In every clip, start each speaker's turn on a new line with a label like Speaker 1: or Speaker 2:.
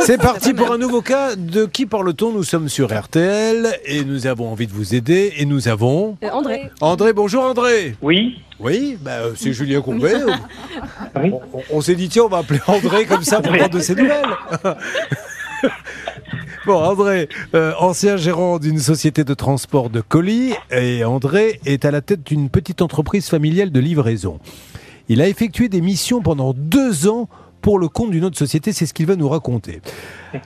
Speaker 1: C'est parti pour un nouveau cas. De qui parle-t-on Nous sommes sur RTL et nous avons envie de vous aider. Et nous avons.
Speaker 2: Euh, André.
Speaker 1: André, bonjour André
Speaker 3: Oui,
Speaker 1: Oui, bah, euh, c'est Julien Courbet. On, on- on s'est dit, tiens, on va appeler André comme ça pour prendre de ses nouvelles. Bon, André, euh, ancien gérant d'une société de transport de colis, et André est à la tête d'une petite entreprise familiale de livraison. Il a effectué des missions pendant deux ans pour le compte d'une autre société, c'est ce qu'il va nous raconter.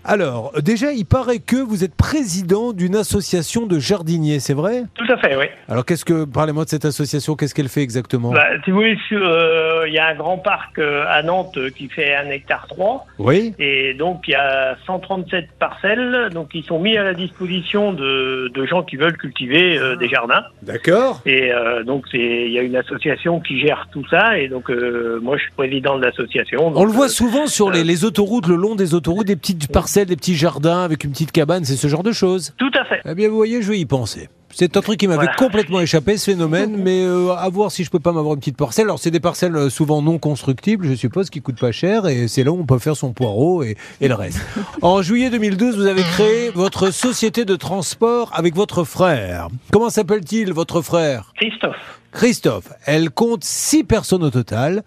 Speaker 1: Alors, déjà, il paraît que vous êtes président d'une association de jardiniers, c'est vrai
Speaker 3: tout à fait, oui.
Speaker 1: Alors, qu'est-ce que, parlez-moi de cette association, qu'est-ce qu'elle fait exactement
Speaker 3: Bah, si vous voulez, sur, euh, il y a un grand parc euh, à Nantes euh, qui fait 1 hectare 3,
Speaker 1: Oui
Speaker 3: et donc il y a 137 parcelles, donc ils sont mis à la disposition de, de gens qui veulent cultiver
Speaker 1: Ah.
Speaker 3: euh, des jardins.
Speaker 1: D'accord.
Speaker 3: Et euh, donc c'est- il y a une association qui gère tout ça, et donc euh, moi je suis président de l'association. donc,
Speaker 1: On le voit
Speaker 3: euh,
Speaker 1: souvent sur les, les autoroutes, le long des autoroutes, des petites parcelles, des petits jardins avec une petite cabane, c'est ce genre de choses.
Speaker 3: Tout à fait.
Speaker 1: Eh bien, vous voyez, je vais y penser. C'est un truc qui m'avait
Speaker 3: Voilà.
Speaker 1: complètement échappé, ce phénomène, mais euh, à voir si je peux pas m'avoir une petite parcelle. Alors, c'est des parcelles euh, souvent non constructibles, je suppose, qui coûtent pas cher, et c'est là où on peut faire son poireau et, et le reste. en juillet 2012, vous avez créé votre société de transport avec votre frère. Comment s'appelle-t-il, votre frère
Speaker 3: Christophe,
Speaker 1: Christophe, elle compte six personnes au total.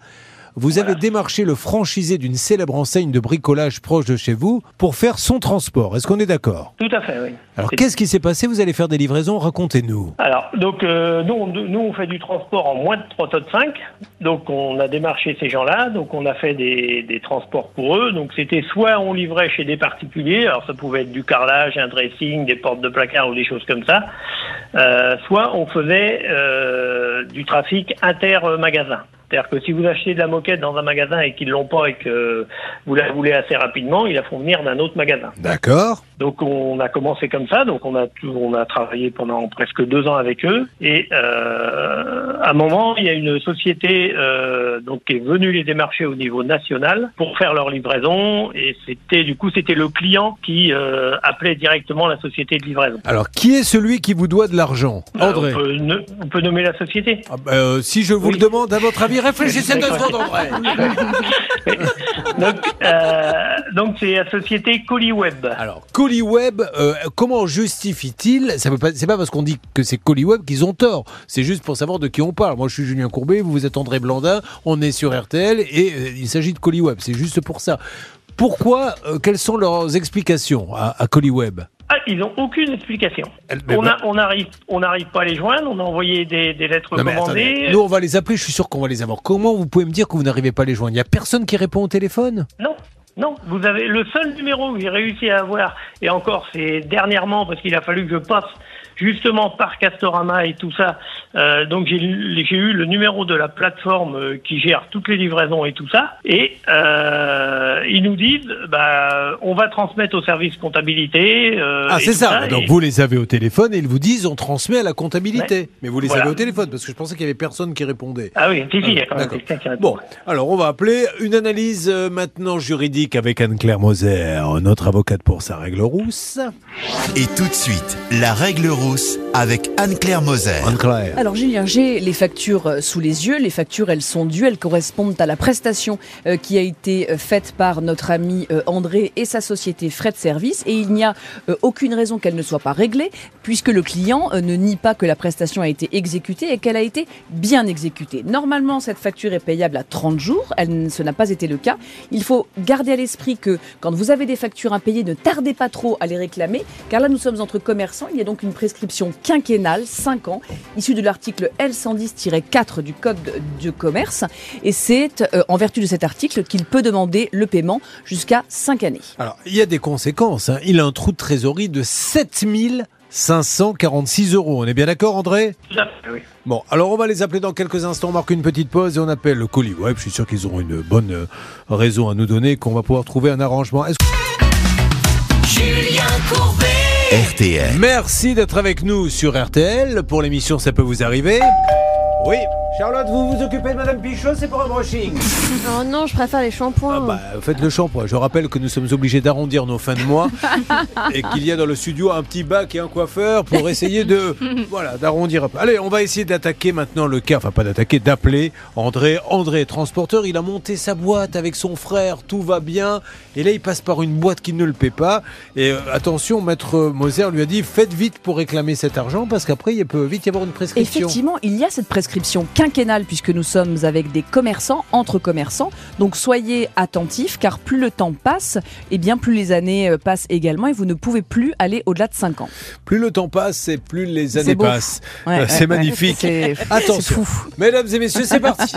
Speaker 1: Vous avez démarché le franchisé d'une célèbre enseigne de bricolage proche de chez vous pour faire son transport. Est-ce qu'on est d'accord
Speaker 3: tout à fait, oui.
Speaker 1: Alors
Speaker 3: C'est-
Speaker 1: qu'est-ce qui s'est passé Vous allez faire des livraisons, racontez-nous.
Speaker 3: Alors, donc, euh, nous, on, nous, on fait du transport en moins de 3 tonnes 5. Donc, on a démarché ces gens-là. Donc, on a fait des, des transports pour eux. Donc, c'était soit on livrait chez des particuliers. Alors, ça pouvait être du carrelage, un dressing, des portes de placard ou des choses comme ça. Euh, soit on faisait euh, du trafic inter-magasin. C'est-à-dire que si vous achetez de la moquette dans un magasin et qu'ils l'ont pas et que vous la voulez assez rapidement, ils la font venir d'un autre magasin.
Speaker 1: D'accord.
Speaker 3: Donc on a commencé comme ça, donc on a tout- on a travaillé pendant presque deux ans avec eux. Et euh, à un moment, il y a une société euh, donc qui est venue les démarcher au niveau national pour faire leur livraison. Et c'était du coup c'était le client qui euh, appelait directement la société de livraison.
Speaker 1: Alors qui est celui qui vous doit de l'argent André.
Speaker 3: Euh, on, peut, ne- on peut nommer la société.
Speaker 1: Ah, bah, euh, si je vous
Speaker 3: Oui.
Speaker 1: le demande, à votre avis, réfléchissez deux
Speaker 3: D'accord.
Speaker 1: secondes, André.
Speaker 3: Donc euh, donc c'est la société Coliweb.
Speaker 1: Alors, ColiWeb, euh, comment justifie-t-il Ça veut pas, c'est pas parce qu'on dit que c'est ColiWeb qu'ils ont tort. C'est juste pour savoir de qui on parle. Moi, je suis Julien Courbet, vous vous êtes André Blandin, on est sur RTL et euh, il s'agit de ColiWeb. C'est juste pour ça. Pourquoi euh, Quelles sont leurs explications à, à ColiWeb
Speaker 3: Ah, ils n'ont aucune explication.
Speaker 1: Elle- mais bah
Speaker 3: On
Speaker 1: bon.
Speaker 3: a- on n'arrive on n'arrive pas à les joindre, on a envoyé des, des lettres
Speaker 1: Non, mais
Speaker 3: commandées.
Speaker 1: attendez. Nous, on va les appeler. Je suis sûr qu'on va les avoir. Comment vous pouvez me dire que vous n'arrivez pas à les joindre Il y a personne qui répond au téléphone.
Speaker 3: Non, non. Vous avez le seul numéro que j'ai réussi à avoir, et encore, c'est dernièrement parce qu'il a fallu que je passe justement par Castorama et tout ça. Euh, donc j'ai j'ai eu le numéro de la plateforme euh, qui gère toutes les livraisons et tout ça, et euh, ils nous disent, bah, on va transmettre au service comptabilité. euh,
Speaker 1: Ah,
Speaker 3: et
Speaker 1: c'est
Speaker 3: tout
Speaker 1: ça. Donc
Speaker 3: et-
Speaker 1: vous les avez au téléphone et ils vous disent on transmet à la comptabilité. Mais vous les
Speaker 3: Voilà.
Speaker 1: avez au téléphone parce que je pensais qu'il y avait personne qui répondait.
Speaker 3: Ah oui, si, si, il y a quand même
Speaker 1: D'accord.
Speaker 3: quelqu'un qui répond.
Speaker 1: Bon, alors on va appeler une analyse euh, maintenant juridique avec Anne-Claire Moser, notre avocate pour sa règle rousse.
Speaker 4: Et tout de suite, la règle rousse avec Anne-Claire Moser.
Speaker 1: Anne-Claire.
Speaker 2: Alors Julien, j'ai les factures euh, sous les yeux. Les factures, elles sont dues, elles correspondent à la prestation euh, qui a été euh, faite par notre ami euh, André et sa société Fred Service. Et il n'y a euh, aucune raison qu'elle ne soit pas réglée, puisque le client euh, ne nie pas que la prestation a été exécutée et qu'elle a été bien exécutée. Normalement, cette facture est payable à 30 jours. Elle, n- ce n'a pas été le cas. Il faut garder à l'esprit que quand vous avez des factures impayées, ne tardez pas trop à les réclamer, car là, nous sommes entre commerçants. Il y a donc une prescription quinquennale, 5 ans, issu de l'article L110-4 du Code du commerce. Et c'est euh, en vertu de cet article qu'il peut demander le paiement jusqu'à 5 années.
Speaker 1: Alors, il y a des conséquences. hein. Il a un trou de trésorerie de 7546 euros. On est bien d'accord, André
Speaker 3: Tout à fait, oui.
Speaker 1: Bon, alors on va les appeler dans quelques instants. On marque une petite pause et on appelle le colis. Ouais, je suis sûr qu'ils auront une bonne euh, raison à nous donner, qu'on va pouvoir trouver un arrangement. Est-ce
Speaker 4: RTL.
Speaker 1: Merci d'être avec nous sur RTL pour l'émission Ça peut vous arriver. Oui,
Speaker 5: Charlotte, vous vous occupez de Madame Pichot, c'est pour un brushing.
Speaker 6: Oh non, je préfère les shampoings.
Speaker 1: Ah bah, faites le shampoing. Je rappelle que nous sommes obligés d'arrondir nos fins de mois et qu'il y a dans le studio un petit bac et un coiffeur pour essayer de voilà d'arrondir un peu. Allez, on va essayer d'attaquer maintenant le cas, enfin pas d'attaquer, d'appeler André. André est transporteur, il a monté sa boîte avec son frère, tout va bien. Et là, il passe par une boîte qui ne le paie pas. Et euh, attention, maître Moser lui a dit faites vite pour réclamer cet argent parce qu'après, il peut vite y avoir une prescription.
Speaker 2: Effectivement, il y a cette prescription quinquennale puisque nous sommes avec des commerçants, entre commerçants. Donc soyez attentifs car plus le temps passe, et bien plus les années euh, passent également et vous ne pouvez plus aller au-delà de 5 ans.
Speaker 1: Plus le temps passe et plus les
Speaker 2: C'est
Speaker 1: années
Speaker 2: beau.
Speaker 1: passent.
Speaker 2: Ouais,
Speaker 1: Euh,
Speaker 2: ouais,
Speaker 1: c'est
Speaker 2: ouais.
Speaker 1: magnifique.
Speaker 2: C'est-
Speaker 1: Attention.
Speaker 2: c'est fou.
Speaker 1: Mesdames et messieurs, c'est parti.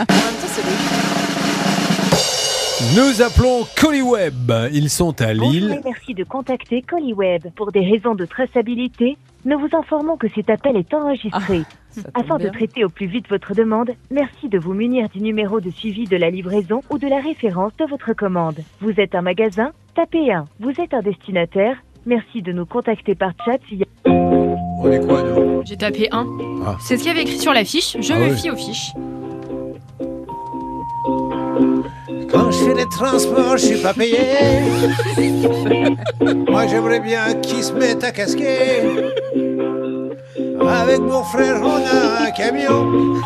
Speaker 1: Nous appelons Coliweb. Ils sont à
Speaker 7: Bonjour
Speaker 1: Lille.
Speaker 7: et merci de contacter Coliweb. Pour des raisons de traçabilité, nous vous informons que cet appel est enregistré.
Speaker 8: Ah,
Speaker 2: Ça tombe
Speaker 7: Afin de
Speaker 2: bien.
Speaker 7: traiter au plus vite votre demande, merci de vous munir du numéro de suivi de la livraison ou de la référence de votre commande. Vous êtes un magasin Tapez 1. Vous êtes un destinataire Merci de nous contacter par chat via...
Speaker 1: On est quoi, nous
Speaker 9: J'ai tapé 1.
Speaker 1: Ah.
Speaker 9: C'est ce qu'il y avait écrit sur la fiche. Je
Speaker 1: Ah
Speaker 9: me
Speaker 1: oui.
Speaker 9: fie aux fiches.
Speaker 5: Quand je fais les transports, je suis pas payé. Moi, j'aimerais bien qu'ils se mettent à casquer. Avec mon frère, on a un camion.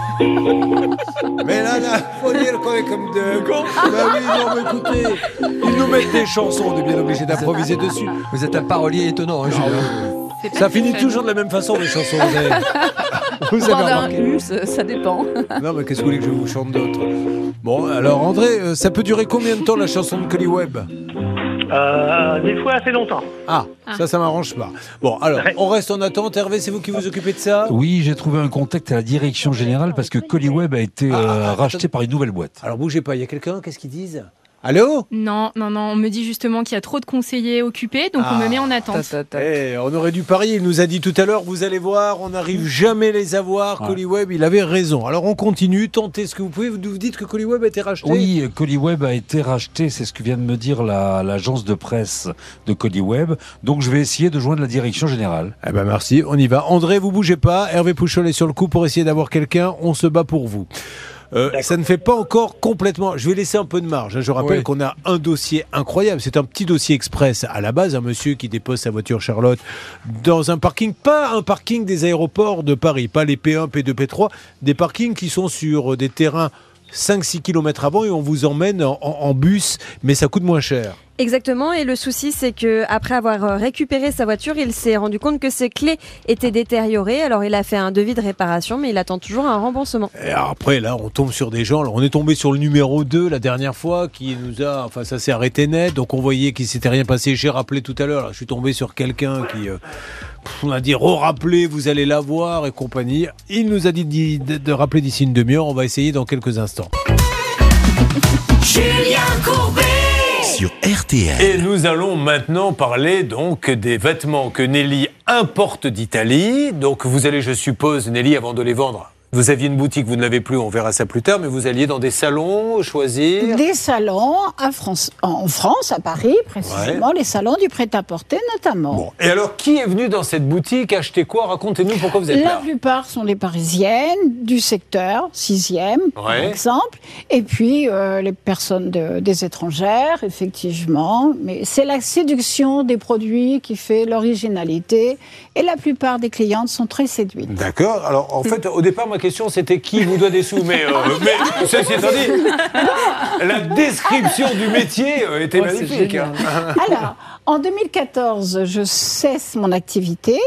Speaker 5: Mais là, là, faut dire qu'on est comme deux cons.
Speaker 1: Bah oui, non, mais écoutez, ils nous mettent des chansons, on est bien obligé d'improviser dessus. Ah
Speaker 10: Vous êtes un parolier étonnant, hein, Julien.
Speaker 9: C'est pas
Speaker 1: Ça
Speaker 9: très
Speaker 1: finit
Speaker 9: fun.
Speaker 1: toujours de la même façon, les chansons. Vous avez, vous avez
Speaker 2: Bande à
Speaker 1: remarqué
Speaker 2: inclus, ça euh, ça dépend.
Speaker 1: Non, mais qu'est-ce que vous voulez que je vous chante d'autre Bon, alors André, euh, ça peut durer combien de temps la chanson de Coliweb
Speaker 3: Euh, des fois assez longtemps.
Speaker 1: ah, ça, ça m'arrange pas. Bon, alors,
Speaker 3: Ouais.
Speaker 1: on reste en attente. Hervé, c'est vous qui vous occupez de ça
Speaker 10: Oui, j'ai trouvé un contact à la direction générale parce que Coliweb a
Speaker 1: Ah,
Speaker 10: été euh,
Speaker 1: attends.
Speaker 10: racheté par une nouvelle boîte.
Speaker 1: Alors, bougez pas, il y a quelqu'un, qu'est-ce qu'ils disent Allô
Speaker 9: Non, non, non. On me dit justement qu'il y a trop de conseillers occupés, donc on
Speaker 1: Ah.
Speaker 9: me met en attente.
Speaker 2: Ta, ta, ta.
Speaker 1: Eh, on aurait dû parier. Il nous a dit tout à l'heure, vous allez voir, on n'arrive jamais les avoir.
Speaker 10: Ouais.
Speaker 1: Coliweb, il avait raison. Alors on continue, tentez ce que vous pouvez. Vous vous dites que Coliweb a été racheté.
Speaker 10: Oui, euh, Coliweb a été racheté, c'est ce que vient de me dire la- l'agence de presse de Coliweb. Donc je vais essayer de joindre la direction générale.
Speaker 1: Eh ben merci, on y va. André, vous bougez pas. Hervé Pouchol est sur le coup pour essayer d'avoir quelqu'un. On se bat pour vous. Euh, ça ne fait pas encore complètement. Je vais laisser un peu de marge. hein. Je rappelle
Speaker 10: Oui.
Speaker 1: qu'on a un dossier incroyable. C'est un petit dossier express à la base. Un monsieur qui dépose sa voiture Charlotte dans un parking, pas un parking des aéroports de Paris, pas les P1, P2, P3, des parkings qui sont sur euh, des terrains 5-6 kilomètres avant et on vous emmène en, en- en bus, mais ça coûte moins cher.
Speaker 6: Exactement, et le souci c'est que après avoir euh, récupéré sa voiture, il s'est rendu compte que ses clés étaient détériorées, alors il a fait un devis de réparation, mais il attend toujours un remboursement.
Speaker 1: Et alors après, là, on tombe sur des gens. Alors, on est tombé sur le numéro 2 la dernière fois qui nous a. Enfin, ça s'est arrêté net. Donc, on voyait qu'il s'était rien passé. J'ai rappelé tout à l'heure. là, Je suis tombé sur quelqu'un qui. euh, pff, on a dit re-rappelez, vous allez la voir et compagnie. Il nous a dit d'y- de, de rappeler d'ici une demi-heure. On va essayer dans quelques instants.
Speaker 4: sur RTL.
Speaker 11: Et nous allons maintenant parler donc des vêtements que Nelly importe d'Italie. Donc vous allez, je suppose, Nelly, avant de les vendre, vous aviez une boutique, vous ne l'avez plus, on verra ça plus tard, mais vous alliez dans des salons choisir.
Speaker 8: Des salons à France, en France, à Paris précisément, les salons du prêt-à-porter notamment.
Speaker 11: Bon. Et alors, qui est venu dans cette boutique acheter quoi Racontez-nous pourquoi vous êtes
Speaker 8: La
Speaker 11: là.
Speaker 8: plupart sont des Parisiennes du secteur 6e, par
Speaker 11: Ouais.
Speaker 8: exemple, et puis euh, les personnes de- des étrangères, effectivement. Mais c'est la séduction des produits qui fait l'originalité, et la plupart des clientes sont très séduites.
Speaker 11: D'accord. Alors, en fait, au départ, ma question, c'était qui vous doit des sous. Mais, euh, mais ceci étant dit, la description du métier euh, était
Speaker 2: Oh, c'est
Speaker 11: magnifique.
Speaker 2: génial.
Speaker 11: hein.
Speaker 8: Alors, en 2014, Euh, je cesse mon activité.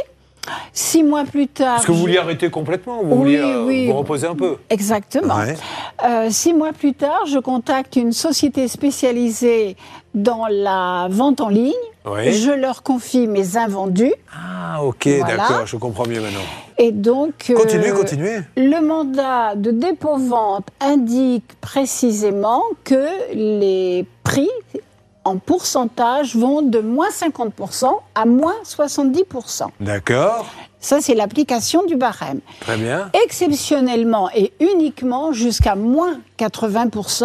Speaker 8: Six mois plus tard.
Speaker 11: Est-ce que vous
Speaker 8: je-
Speaker 11: vouliez arrêter complètement ou Vous
Speaker 8: Oui,
Speaker 11: vouliez euh,
Speaker 8: oui.
Speaker 11: vous reposer un peu
Speaker 8: Exactement.
Speaker 11: Ouais.
Speaker 8: Euh, six mois plus tard, je contacte une société spécialisée dans la vente en ligne.
Speaker 11: Oui.
Speaker 8: Je leur confie mes invendus.
Speaker 11: Ah, ok,
Speaker 8: Voilà.
Speaker 11: d'accord, je comprends mieux maintenant.
Speaker 8: Et donc. euh,
Speaker 11: Continuez, continuez.
Speaker 8: Le mandat de dépôt-vente indique précisément que les prix en pourcentage vont de moins 50% à moins 70%.
Speaker 11: D'accord,
Speaker 8: Ça, c'est l'application du barème.
Speaker 11: très bien.
Speaker 8: Exceptionnellement et uniquement jusqu'à moins 80%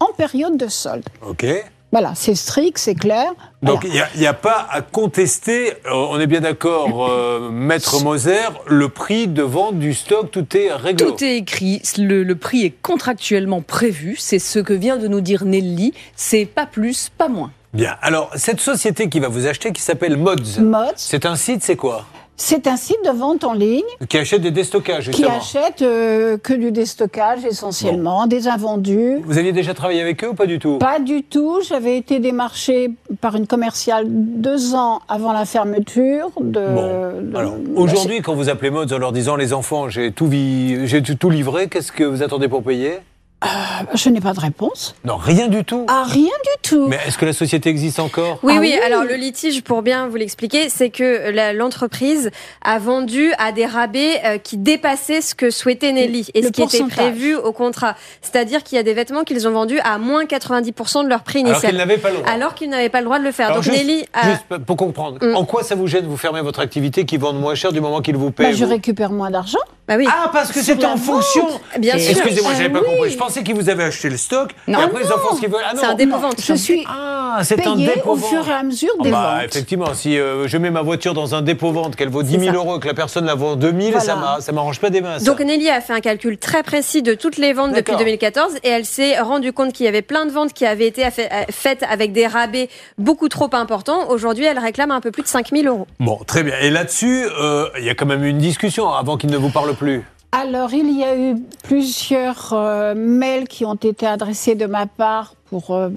Speaker 8: en période de solde.
Speaker 11: Ok. Et
Speaker 7: Voilà, c'est strict, c'est clair.
Speaker 1: Donc il n'y a, pas à contester, euh, on est bien d'accord, euh, Maître Moser, le prix de vente du stock, tout est réglo.
Speaker 2: Tout est écrit, le, le prix est contractuellement prévu, c'est ce que vient de nous dire Nelly, c'est pas plus, pas moins.
Speaker 1: Bien, alors cette société qui va vous acheter qui s'appelle Mods,
Speaker 7: Mods.
Speaker 1: c'est un site, c'est quoi
Speaker 7: C'est un site de vente en ligne
Speaker 1: Qui achète des déstockages,
Speaker 7: qui
Speaker 1: justement.
Speaker 7: achète euh, que du déstockage essentiellement, des invendus.
Speaker 1: Vous aviez déjà travaillé avec eux ou pas du tout
Speaker 7: Pas du tout. J'avais été démarchée par une commerciale deux ans avant la fermeture. De, euh, de-
Speaker 1: Alors, aujourd'hui, quand vous appelez Mods en leur disant les enfants, j'ai tout, vi- j'ai tout tout livré, qu'est-ce que vous attendez pour payer
Speaker 7: Ah, je n'ai pas de réponse.
Speaker 1: Non, rien du tout.
Speaker 7: Ah, rien du tout.
Speaker 1: Mais est-ce que la société existe encore
Speaker 7: Ah
Speaker 8: Oui, oui, alors le litige, pour bien vous l'expliquer, c'est que la- l'entreprise a vendu à des rabais euh, qui dépassaient ce que souhaitait Nelly et
Speaker 7: le
Speaker 8: ce qui était
Speaker 7: pourcentage.
Speaker 8: prévu au contrat. C'est-à-dire qu'il y a des vêtements qu'ils ont vendus à moins 90% de leur prix
Speaker 1: Alors
Speaker 8: initial.
Speaker 1: qu'ils n'avaient pas le droit.
Speaker 8: Alors qu'ils n'avaient pas le droit de le faire.
Speaker 1: Alors,
Speaker 8: Donc
Speaker 1: juste-
Speaker 8: Nelly
Speaker 7: euh,
Speaker 8: a...
Speaker 1: juste pour comprendre,
Speaker 7: Mm.
Speaker 1: en quoi ça vous gêne de vous fermer votre activité qui vendent moins cher du moment qu'ils vous
Speaker 7: Bah,
Speaker 1: paient
Speaker 7: je
Speaker 1: vous
Speaker 7: récupère moins d'argent.
Speaker 1: Ah, parce que c'est en fonction.
Speaker 8: Bah Ah, Bien sûr.
Speaker 1: Excusez-moi, j'avais pas
Speaker 7: Ah oui.
Speaker 1: compris. Je pensais qu'ils vous avaient acheté le stock. et après, les enfants, ce qu'ils veulent. Ah non.
Speaker 7: Je suis
Speaker 1: Ah, c'est un
Speaker 7: payée au
Speaker 1: dépôt-vente.
Speaker 7: fur et à mesure
Speaker 1: Ah
Speaker 7: des
Speaker 1: bah,
Speaker 7: ventes.
Speaker 1: effectivement, si euh, je mets ma voiture dans un dépôt-vente qu'elle vaut 10 000 euros et que la personne la vend 2 000, ça
Speaker 8: Voilà.
Speaker 1: m'a- ça m'arrange pas des mains. ça.
Speaker 8: Donc Nelly a fait un calcul très précis de toutes les ventes depuis
Speaker 1: D'accord.
Speaker 8: 2014 et elle s'est rendue compte qu'il y avait plein de ventes qui avaient été affa- euh, faites avec des rabais beaucoup trop importants. Aujourd'hui, elle réclame un peu plus de 5000 euros.
Speaker 1: Bon, très bien. Et là-dessus, euh, il y a quand même eu une discussion avant qu'ils ne vous parlent plus.
Speaker 7: Alors, il y a eu plusieurs euh, mails qui ont été adressés de ma part pour euh,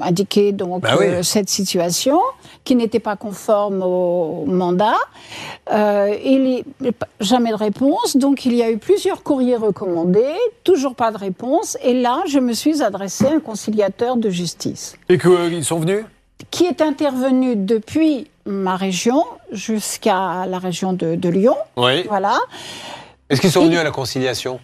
Speaker 7: indiquer donc
Speaker 1: Bah oui.
Speaker 7: euh, cette situation qui n'était pas conforme au mandat. Euh, il y- jamais de réponse, donc il y a eu plusieurs courriers recommandés, toujours pas de réponse. Et là, je me suis adressée à un conciliateur de justice
Speaker 1: Et qu'ils sont venus
Speaker 7: qui est intervenu depuis ma région jusqu'à la région de, de Lyon.
Speaker 1: Oui.
Speaker 7: Voilà.
Speaker 1: Est-ce qu'ils sont venus à la conciliation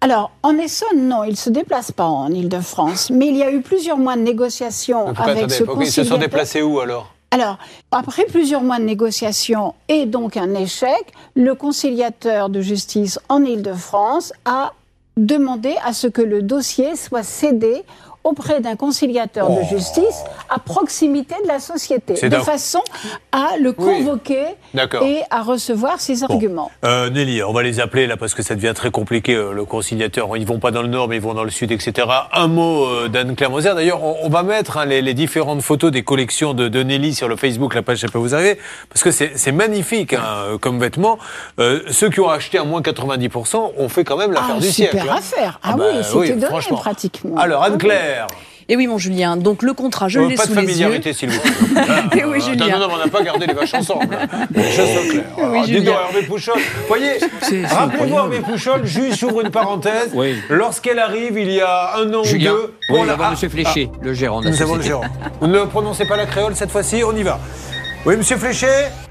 Speaker 7: Alors, en Essonne, non, il ne se déplace pas en Ile-de-France, mais il y a eu plusieurs mois de négociations
Speaker 1: Donc,
Speaker 7: avec
Speaker 1: attendez,
Speaker 7: ce
Speaker 1: ok, Ils se sont
Speaker 7: conciliateur.
Speaker 1: déplacés où alors
Speaker 7: Alors, après plusieurs mois de négociations et donc un échec, le conciliateur de justice en Ile-de-France a demandé à ce que le dossier soit cédé auprès d'un conciliateur
Speaker 1: Oh.
Speaker 7: de justice à proximité de la société,
Speaker 1: C'est
Speaker 7: de
Speaker 1: d'un-
Speaker 7: façon à le convoquer
Speaker 1: D'accord.
Speaker 7: et à recevoir ses arguments.
Speaker 1: Euh, Nelly, on va les appeler là parce que ça devient très compliqué, euh, le conciliateur. Ils vont pas dans le nord, mais ils vont dans le sud, etc. Un mot euh, d'Anne-Claire Moser. D'ailleurs, on, on va mettre hein, les, les différentes photos des collections de, de Nelly sur le Facebook, la page, ça peut vous arriver, parce que c'est c'est magnifique hein, euh, comme vêtement. Euh, ceux qui ont acheté à moins 90%, on fait quand même l'affaire
Speaker 7: Ah,
Speaker 1: du
Speaker 7: super
Speaker 1: siècle. hein.
Speaker 7: affaire. Ah,
Speaker 1: bah,
Speaker 7: oui, c'était donné
Speaker 1: franchement.
Speaker 7: pratiquement. Ah
Speaker 1: Alors, Anne-Claire,
Speaker 2: Et oui, mon Julien, donc le contrat, je
Speaker 1: euh,
Speaker 2: l'ai
Speaker 1: pas de
Speaker 2: sous les yeux.
Speaker 1: familiarité, s'il vous plaît.
Speaker 2: Eh oui,
Speaker 1: Attends,
Speaker 2: Julien.
Speaker 1: non, non, on n'a pas gardé les vaches ensemble. hein. Les choses sont claires. Alors,
Speaker 2: Oui,
Speaker 1: dites
Speaker 2: Julien.
Speaker 1: donc, Hervé Pouchol. Voyez,
Speaker 12: c'est
Speaker 1: rappelez-vous
Speaker 12: incroyable.
Speaker 1: Hervé Pouchol, juste j'ouvre une parenthèse. Lorsqu'elle arrive, il y a un an
Speaker 12: Julien,
Speaker 1: ou deux.
Speaker 12: oui,
Speaker 1: l'a-
Speaker 12: nous avons
Speaker 1: ah,
Speaker 12: Monsieur Fléché,
Speaker 1: ah,
Speaker 12: le gérant de la
Speaker 1: Nous avons le
Speaker 12: société.
Speaker 1: gérant. Vous ne prononcez pas la créole cette fois-ci, on y va. Oui, monsieur Fléché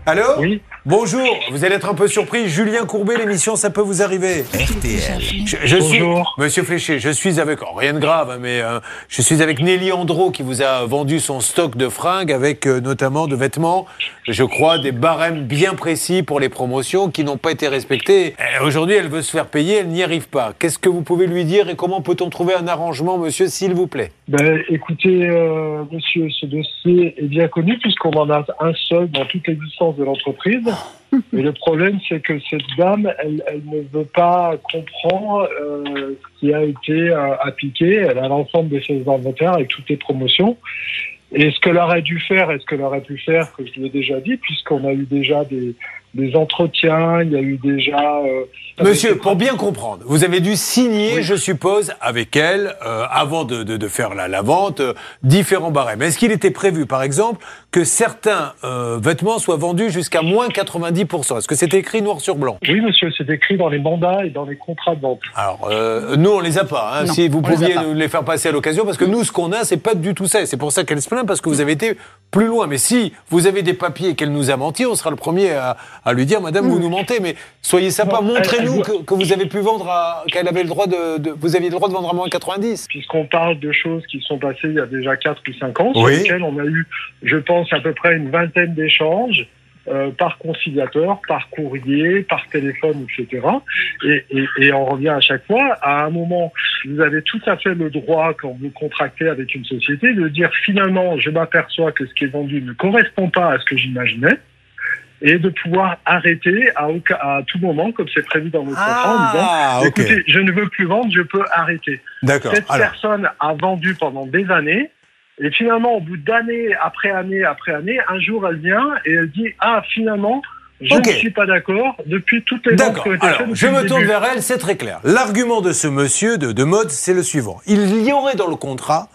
Speaker 1: Allô Oui. Bonjour, vous allez être un peu surpris. Julien Courbet, l'émission Ça peut vous arriver.
Speaker 4: RTL.
Speaker 1: Je, je suis,
Speaker 4: Bonjour.
Speaker 1: Monsieur Fléché, je suis avec, oh, rien de grave, hein, mais euh, je suis avec Nelly Andro qui vous a vendu son stock de fringues avec euh, notamment de vêtements, je crois, des barèmes bien précis pour les promotions qui n'ont pas été respectés. Euh, Aujourd'hui, elle veut se faire payer, elle n'y arrive pas. Qu'est-ce que vous pouvez lui dire et comment peut-on trouver un arrangement, monsieur, s'il vous plaît
Speaker 3: Ben, écoutez, euh, monsieur, ce dossier est bien connu puisqu'on en a un seul dans toute l'existence de l'entreprise. Mais le problème, c'est que cette dame, elle, elle ne veut pas comprendre euh, ce qui a été euh, appliqué. Elle a l'ensemble de ses inventaires avec toutes les promotions. Et ce qu'elle aurait dû faire, et ce qu'elle aurait pu faire, que je lui ai déjà dit, puisqu'on a eu déjà des, des entretiens, il y a eu déjà... euh,
Speaker 1: Monsieur, pour bien comprendre, vous avez dû signer, je suppose, avec elle, euh, avant de, de- de faire la, la vente, euh, différents barèmes. Est-ce qu'il était prévu, par exemple, que certains euh, vêtements soient vendus jusqu'à moins 90% Est-ce que c'est écrit noir sur blanc
Speaker 3: Oui, monsieur, c'est écrit dans les mandats et dans les contrats de vente.
Speaker 1: Alors, euh, nous, on les a pas. hein.
Speaker 3: Non,
Speaker 1: si vous
Speaker 3: on les a
Speaker 1: pouviez
Speaker 3: pas.
Speaker 1: nous les faire passer à l'occasion, parce que nous, ce qu'on a, c'est pas du tout ça. Et C'est pour ça qu'elle se plaint, parce que vous avez été plus loin. Mais si vous avez des papiers et qu'elle nous a menti, on sera le premier à, à lui dire, Madame,
Speaker 3: Mm.
Speaker 1: vous nous mentez. Mais soyez sympa,
Speaker 3: Non, elle-
Speaker 1: montrez-nous
Speaker 3: elle-
Speaker 1: que, que vous avez pu vendre à, qu'elle avait le droit de, de- vous aviez le droit de vendre à moins 90.
Speaker 3: Puisqu'on parle de choses qui sont passées il y a déjà 4 ou 5 ans, sur
Speaker 1: Oui.
Speaker 3: lesquelles on a eu, je pense, à peu près une vingtaine d'échanges. euh, par conciliateur, par courrier, par téléphone, etc. Et, et- et on revient à chaque fois à un moment, vous avez tout à fait le droit, quand vous contractez avec une société, de dire finalement, je m'aperçois que ce qui est vendu ne correspond pas à ce que j'imaginais et de pouvoir arrêter à, aucun- à tout moment, comme c'est prévu dans votre
Speaker 1: Ah,
Speaker 3: contrat, en disant,
Speaker 1: ok.
Speaker 3: écoutez, je ne veux plus vendre, je peux arrêter.
Speaker 1: D'accord,
Speaker 3: Cette
Speaker 1: alors.
Speaker 3: personne a vendu pendant des années, et finalement, au bout d'année après année après année, un jour, elle vient et elle dit, ah, finalement, je
Speaker 1: Ok.
Speaker 3: ne suis pas d'accord depuis toutes les ventes
Speaker 1: D'accord.
Speaker 3: qui ont été
Speaker 1: Alors,
Speaker 3: faites
Speaker 1: je
Speaker 3: depuis
Speaker 1: me
Speaker 3: le
Speaker 1: tourne
Speaker 3: début.
Speaker 1: vers elle, c'est très clair. L'argument de ce monsieur de, de mode, c'est le suivant. Il y aurait dans le contrat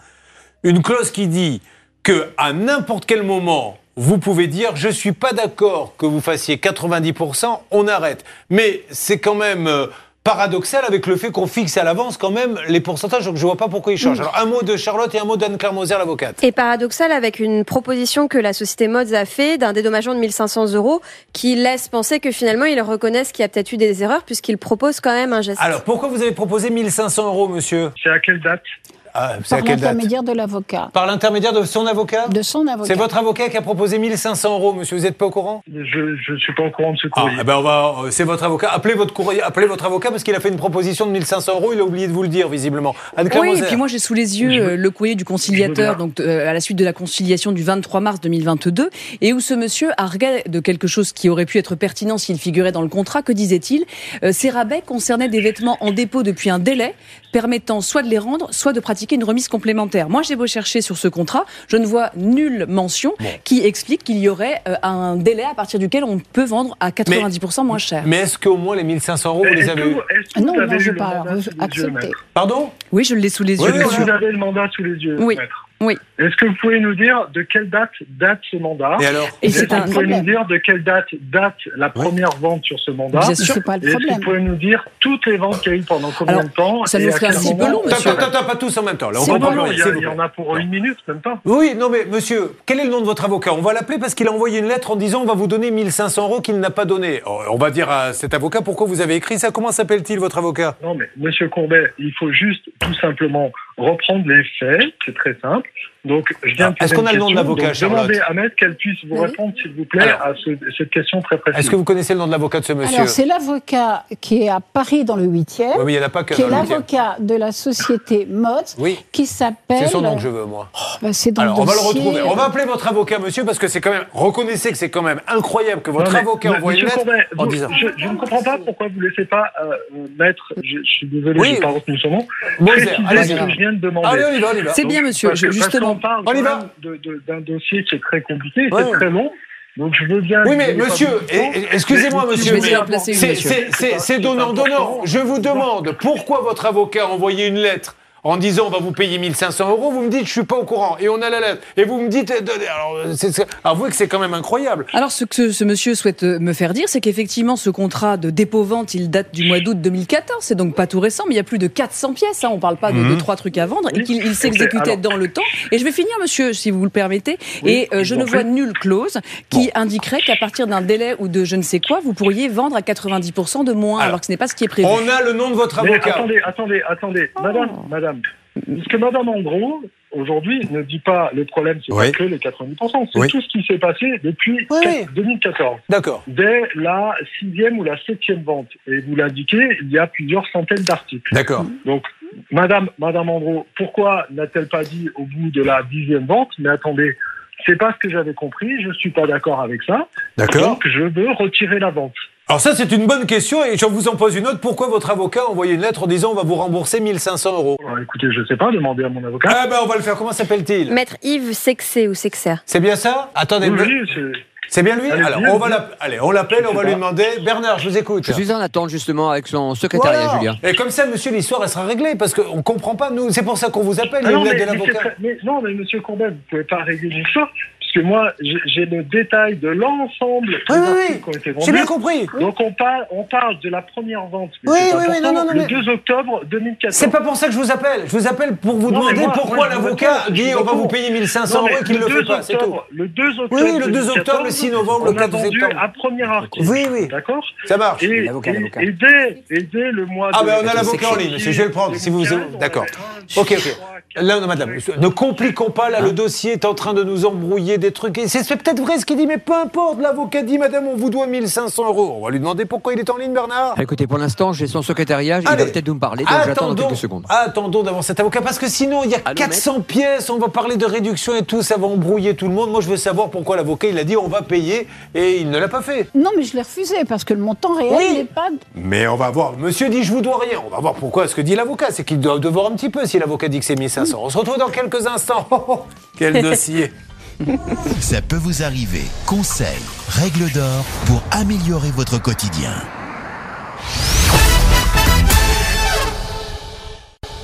Speaker 1: une clause qui dit que à n'importe quel moment, vous pouvez dire je suis pas d'accord que vous fassiez 90%, on arrête. Mais c'est quand même euh, paradoxal avec le fait qu'on fixe à l'avance quand même les pourcentages, donc je vois pas pourquoi ils changent. Alors un mot de Charlotte et un mot d'Anne-Claire Moser, l'avocate.
Speaker 8: Et paradoxal avec une proposition que la société Mods a fait d'un dédommagement de 1500 euros qui laisse penser que finalement ils reconnaissent qu'il y a peut-être eu des erreurs puisqu'ils proposent quand même un geste.
Speaker 1: Alors pourquoi vous avez proposé 1500 euros, monsieur Euh,
Speaker 3: C'est à quelle date
Speaker 1: C'est à
Speaker 7: Par
Speaker 1: quelle date
Speaker 7: l'intermédiaire de l'avocat.
Speaker 1: Par l'intermédiaire de son avocat
Speaker 7: De son avocat.
Speaker 1: C'est votre avocat qui a proposé 1500 euros, monsieur. Vous n'êtes pas au courant
Speaker 3: Je ne suis pas au courant de ce
Speaker 1: courrier. ben on va, euh, c'est votre avocat. Appelez votre courrier, appelez votre avocat parce qu'il a fait une proposition de 1500 euros. Il a oublié de vous le dire, visiblement. Anne-Claire
Speaker 2: Oui, et
Speaker 1: Moser.
Speaker 2: puis moi j'ai sous les yeux euh, le courrier du conciliateur, donc euh, à la suite de la conciliation du 23 mars 2022, et où ce monsieur arguait de quelque chose qui aurait pu être pertinent s'il figurait dans le contrat. Que disait-il Euh, Ces rabais concernaient des vêtements en dépôt depuis un délai permettant soit de les rendre, soit de pratiquer une remise complémentaire. Moi j'ai beau chercher sur ce contrat, je ne vois nulle mention qui explique qu'il y aurait euh, un délai à partir duquel on peut vendre à 90% moins cher.
Speaker 1: Mais est-ce qu'au moins les 1500 euros, vous les avez eu
Speaker 7: Ah Non, non, je
Speaker 3: le
Speaker 7: parle.
Speaker 3: mandat sous les yeux,
Speaker 7: Accepté.
Speaker 3: maître
Speaker 1: Pardon
Speaker 2: Oui, je l'ai sous les
Speaker 3: Oui,
Speaker 2: yeux. bien
Speaker 3: oui,
Speaker 2: sûr.
Speaker 3: vous avez le mandat sous les yeux,
Speaker 2: Oui.
Speaker 3: maître.
Speaker 2: Oui.
Speaker 3: Est-ce que vous pouvez nous dire de quelle date date ce mandat
Speaker 1: Et alors
Speaker 7: Et
Speaker 3: Est-ce
Speaker 7: c'est
Speaker 3: que
Speaker 7: un
Speaker 3: vous pouvez nous
Speaker 7: problème.
Speaker 3: dire de quelle date date la première vente sur ce mandat
Speaker 7: Bien sûr. C'est pas le
Speaker 3: Et Est-ce que
Speaker 7: problème.
Speaker 3: vous pouvez nous dire toutes les ventes qu'il y a eu pendant combien
Speaker 2: Alors,
Speaker 3: de temps
Speaker 2: ça nous
Speaker 3: et à
Speaker 2: ferait un
Speaker 3: quel
Speaker 2: petit peu
Speaker 3: moment
Speaker 2: long,
Speaker 1: Attends, attends, attends, pas tous en même temps. Là, on
Speaker 3: C'est
Speaker 1: comprend
Speaker 3: bon,
Speaker 1: plus rien,
Speaker 3: il y a-
Speaker 1: s'il vous
Speaker 3: il y en
Speaker 1: plaît.
Speaker 3: a pour une minute, même pas.
Speaker 1: Oui, non mais monsieur, quel est le nom de votre avocat On va l'appeler parce qu'il a envoyé une lettre en disant on va vous donner 1500 euros qu'il n'a pas donné. Oh, On va dire à cet avocat pourquoi vous avez écrit ça. Comment s'appelle-t-il votre avocat
Speaker 3: Non, mais Monsieur Courbet, il faut juste tout simplement reprendre les faits. C'est très simple. Donc, je viens
Speaker 1: Ah,
Speaker 3: de poser
Speaker 1: est-ce qu'on
Speaker 3: une
Speaker 1: a le nom de
Speaker 3: question,
Speaker 1: l'avocat,
Speaker 3: donc
Speaker 1: Charlotte
Speaker 3: Demandez à Maître qu'elle puisse vous
Speaker 7: Oui.
Speaker 3: répondre, s'il vous plaît,
Speaker 1: Alors.
Speaker 3: à ce- cette question très précise.
Speaker 1: Est-ce que vous connaissez le nom de l'avocat de ce monsieur
Speaker 7: Alors, c'est l'avocat qui est à Paris dans le 8e,
Speaker 1: Oui, mais il n'y en a pas que
Speaker 7: qui
Speaker 1: dans
Speaker 7: est
Speaker 1: le huitième.
Speaker 7: l'avocat de la société Motz,
Speaker 1: Oui.
Speaker 7: qui s'appelle.
Speaker 1: C'est son nom que je veux, moi.
Speaker 7: Oh, bah, c'est dans
Speaker 1: Alors, on va le
Speaker 7: dossier.
Speaker 1: retrouver. On va appeler votre avocat, monsieur, parce que c'est quand même. Reconnaissez que c'est quand même incroyable que votre
Speaker 3: Non, mais,
Speaker 1: avocat
Speaker 3: mais,
Speaker 1: envoie une
Speaker 3: monsieur
Speaker 1: lettre
Speaker 3: Courbet,
Speaker 1: en
Speaker 3: vous-
Speaker 1: disant.
Speaker 3: Je, je ne comprends pas pourquoi vous ne laissez pas euh, euh, mettre. Je, je suis désolé,
Speaker 1: Oui.
Speaker 3: je n'ai pas retenu son nom.
Speaker 1: Moser,
Speaker 3: Précisez
Speaker 1: allez,
Speaker 3: ce
Speaker 1: allez.
Speaker 3: que je viens de demander.
Speaker 1: Allez, on y va, on y va.
Speaker 2: C'est bien, monsieur,
Speaker 3: parce
Speaker 2: je-
Speaker 3: que- parce
Speaker 2: justement.
Speaker 3: qu'on parle
Speaker 1: On y
Speaker 3: quand
Speaker 1: va.
Speaker 3: même de- de- D'un dossier qui est très compliqué,
Speaker 1: Ouais.
Speaker 3: c'est très long. Donc je veux bien.
Speaker 1: Oui,
Speaker 3: que
Speaker 1: mais
Speaker 3: vous ayez pas
Speaker 1: monsieur,
Speaker 3: beaucoup de temps,
Speaker 1: eh, eh, excusez-moi,
Speaker 3: mais-
Speaker 1: monsieur,
Speaker 2: vais essayer
Speaker 1: mais
Speaker 2: d'en placer une,
Speaker 1: c'est-
Speaker 2: monsieur.
Speaker 1: c'est- c'est c'est donnant donnant. Je vous demande pourquoi votre avocat a envoyé une lettre en disant on va vous payer 1500 euros. Vous me dites je suis pas au courant et on a la lettre et vous me dites eh, donnez- alors euh, c'est- c'est- avouez que c'est quand même incroyable.
Speaker 2: Alors, ce que ce, ce monsieur souhaite euh, me faire dire, c'est qu'effectivement, ce contrat de dépôt-vente, il date du mois d'août 2014. C'est donc pas tout récent, mais il y a plus de 400 pièces. hein. on parle pas de, de trois trucs à vendre. Et qu'il il s'exécutait
Speaker 3: alors-
Speaker 2: dans le temps. Et je vais finir, monsieur, si vous le permettez. et euh, je ne vois nulle clause qui indiquerait qu'à partir d'un délai ou de je ne sais quoi, vous pourriez vendre à 90% de moins, alors, que ce n'est pas ce qui est prévu.
Speaker 1: On a le nom de votre
Speaker 3: Mais
Speaker 1: avocat. Oh.
Speaker 3: attendez, attendez, attendez. Madame, madame. Parce que madame Andro, aujourd'hui, ne dit pas le problème, c'est
Speaker 13: Oui.
Speaker 3: pas que les 90%, c'est
Speaker 13: Oui.
Speaker 3: tout ce qui s'est passé depuis
Speaker 1: Oui.
Speaker 3: quatre- 2014.
Speaker 1: D'accord.
Speaker 3: Dès la sixième ou la septième vente. Et vous l'indiquez, il y a plusieurs centaines d'articles.
Speaker 1: D'accord.
Speaker 3: Donc, madame, madame Andro, pourquoi n'a-t-elle pas dit au bout de la dixième vente, mais attendez, c'est pas ce que j'avais compris, je suis pas d'accord avec ça.
Speaker 1: D'accord.
Speaker 3: Donc, je veux retirer la vente.
Speaker 1: Alors ça c'est une bonne question et je vous en pose une autre. Pourquoi votre avocat a envoyé une lettre en disant on va vous rembourser 1500 euros
Speaker 3: Alors, écoutez, je sais pas, demandez à mon avocat.
Speaker 1: Ah ben on va le faire. Comment s'appelle-t-il
Speaker 8: Maître Yves Sexé ou Sexer.
Speaker 1: C'est bien ça Attendez.
Speaker 3: Oui,
Speaker 1: me-
Speaker 3: oui, c'est-
Speaker 1: C'est bien lui
Speaker 3: Allez,
Speaker 1: Alors,
Speaker 3: viens,
Speaker 1: on va
Speaker 3: viens.
Speaker 1: l'app- allez, on l'appelle, on va lui demander. Bernard, je vous écoute.
Speaker 12: Je suis en attente justement avec son secrétariat,
Speaker 1: Voilà.
Speaker 12: Julien.
Speaker 1: Et comme ça, monsieur, l'histoire, elle sera réglée, parce qu'on ne comprend pas, nous. C'est pour ça qu'on vous appelle,
Speaker 3: Ah
Speaker 1: il
Speaker 3: non,
Speaker 1: y a
Speaker 3: mais,
Speaker 1: de
Speaker 3: mais c'est
Speaker 1: l'avocat.
Speaker 3: très- mais- non, mais monsieur Courbet, vous pouvez pas régler l'histoire, puisque moi, j'ai- j'ai le détail de l'ensemble des
Speaker 1: Oui, oui,
Speaker 3: articles
Speaker 1: oui.
Speaker 3: qui ont été
Speaker 1: J'ai
Speaker 3: vendus.
Speaker 1: bien compris.
Speaker 3: Donc on parle, on parle de la première vente. mais
Speaker 1: Oui,
Speaker 3: c'est
Speaker 1: oui, oui,
Speaker 3: important,
Speaker 1: non, non, non,
Speaker 3: le
Speaker 1: mais-
Speaker 3: 2 octobre 2014.
Speaker 1: C'est pas pour ça que je vous appelle. Je vous appelle pour vous
Speaker 3: Non, mais
Speaker 1: demander
Speaker 3: moi,
Speaker 1: pourquoi
Speaker 3: moi, je vous
Speaker 1: l'avocat
Speaker 3: réponds, je
Speaker 1: dit
Speaker 3: vous
Speaker 1: on va
Speaker 3: réponds.
Speaker 1: vous payer 1500
Speaker 3: Non,
Speaker 1: euros
Speaker 3: mais
Speaker 1: et qu'il ne le
Speaker 3: 2
Speaker 1: fait pas, c'est tout.
Speaker 3: octobre- Le 2 octobre.
Speaker 1: Oui, oui, le 2 octobre, le 6 novembre, le
Speaker 3: on a
Speaker 1: 4
Speaker 3: vendu
Speaker 1: septembre.
Speaker 3: Un premier article.
Speaker 1: Oui, oui.
Speaker 3: D'accord
Speaker 1: Ça marche.
Speaker 3: Et,
Speaker 12: L'avocat,
Speaker 3: et-
Speaker 12: l'avocat.
Speaker 3: et dès, et dès le mois
Speaker 1: Ah,
Speaker 3: de-
Speaker 1: ben on a
Speaker 3: de
Speaker 1: l'avocat en ligne,
Speaker 3: septembre
Speaker 1: monsieur, je vais le prendre, si vous.
Speaker 3: 2015, on
Speaker 1: D'accord.
Speaker 3: avait un,
Speaker 1: Ok, ok.
Speaker 3: trois, Hein
Speaker 1: Là, non, madame, ne compliquons pas, là, le dossier est en train de nous embrouiller des trucs. Et C'est c'est peut-être vrai ce qu'il dit, mais peu importe, l'avocat dit, madame, on vous doit 1500 euros. On va lui demander pourquoi il est en ligne, Bernard.
Speaker 12: Écoutez, pour l'instant, j'ai son secrétariat, il va
Speaker 1: Allez.
Speaker 12: peut-être nous parler, donc j'attends dans
Speaker 1: Attendons-
Speaker 12: quelques secondes.
Speaker 1: Attendons d'avoir cet avocat, parce que sinon, il y a 400 pièces, on va parler de réduction et tout, ça va embrouiller tout le monde. Moi, je veux savoir pourquoi l'avocat, il a dit, on va payer, et il ne l'a pas fait.
Speaker 7: Non, mais je l'ai refusé parce que le montant réel
Speaker 1: Oui.
Speaker 7: n'est pas.
Speaker 1: Mais on va voir. Monsieur dit, je vous dois rien. On va voir pourquoi ce que dit l'avocat. C'est qu'il doit devoir un petit peu si l'avocat dit que c'est 1500. On se retrouve dans quelques instants. Oh, oh, quel dossier.
Speaker 4: Ça peut vous arriver. Conseils, règles d'or pour améliorer votre quotidien.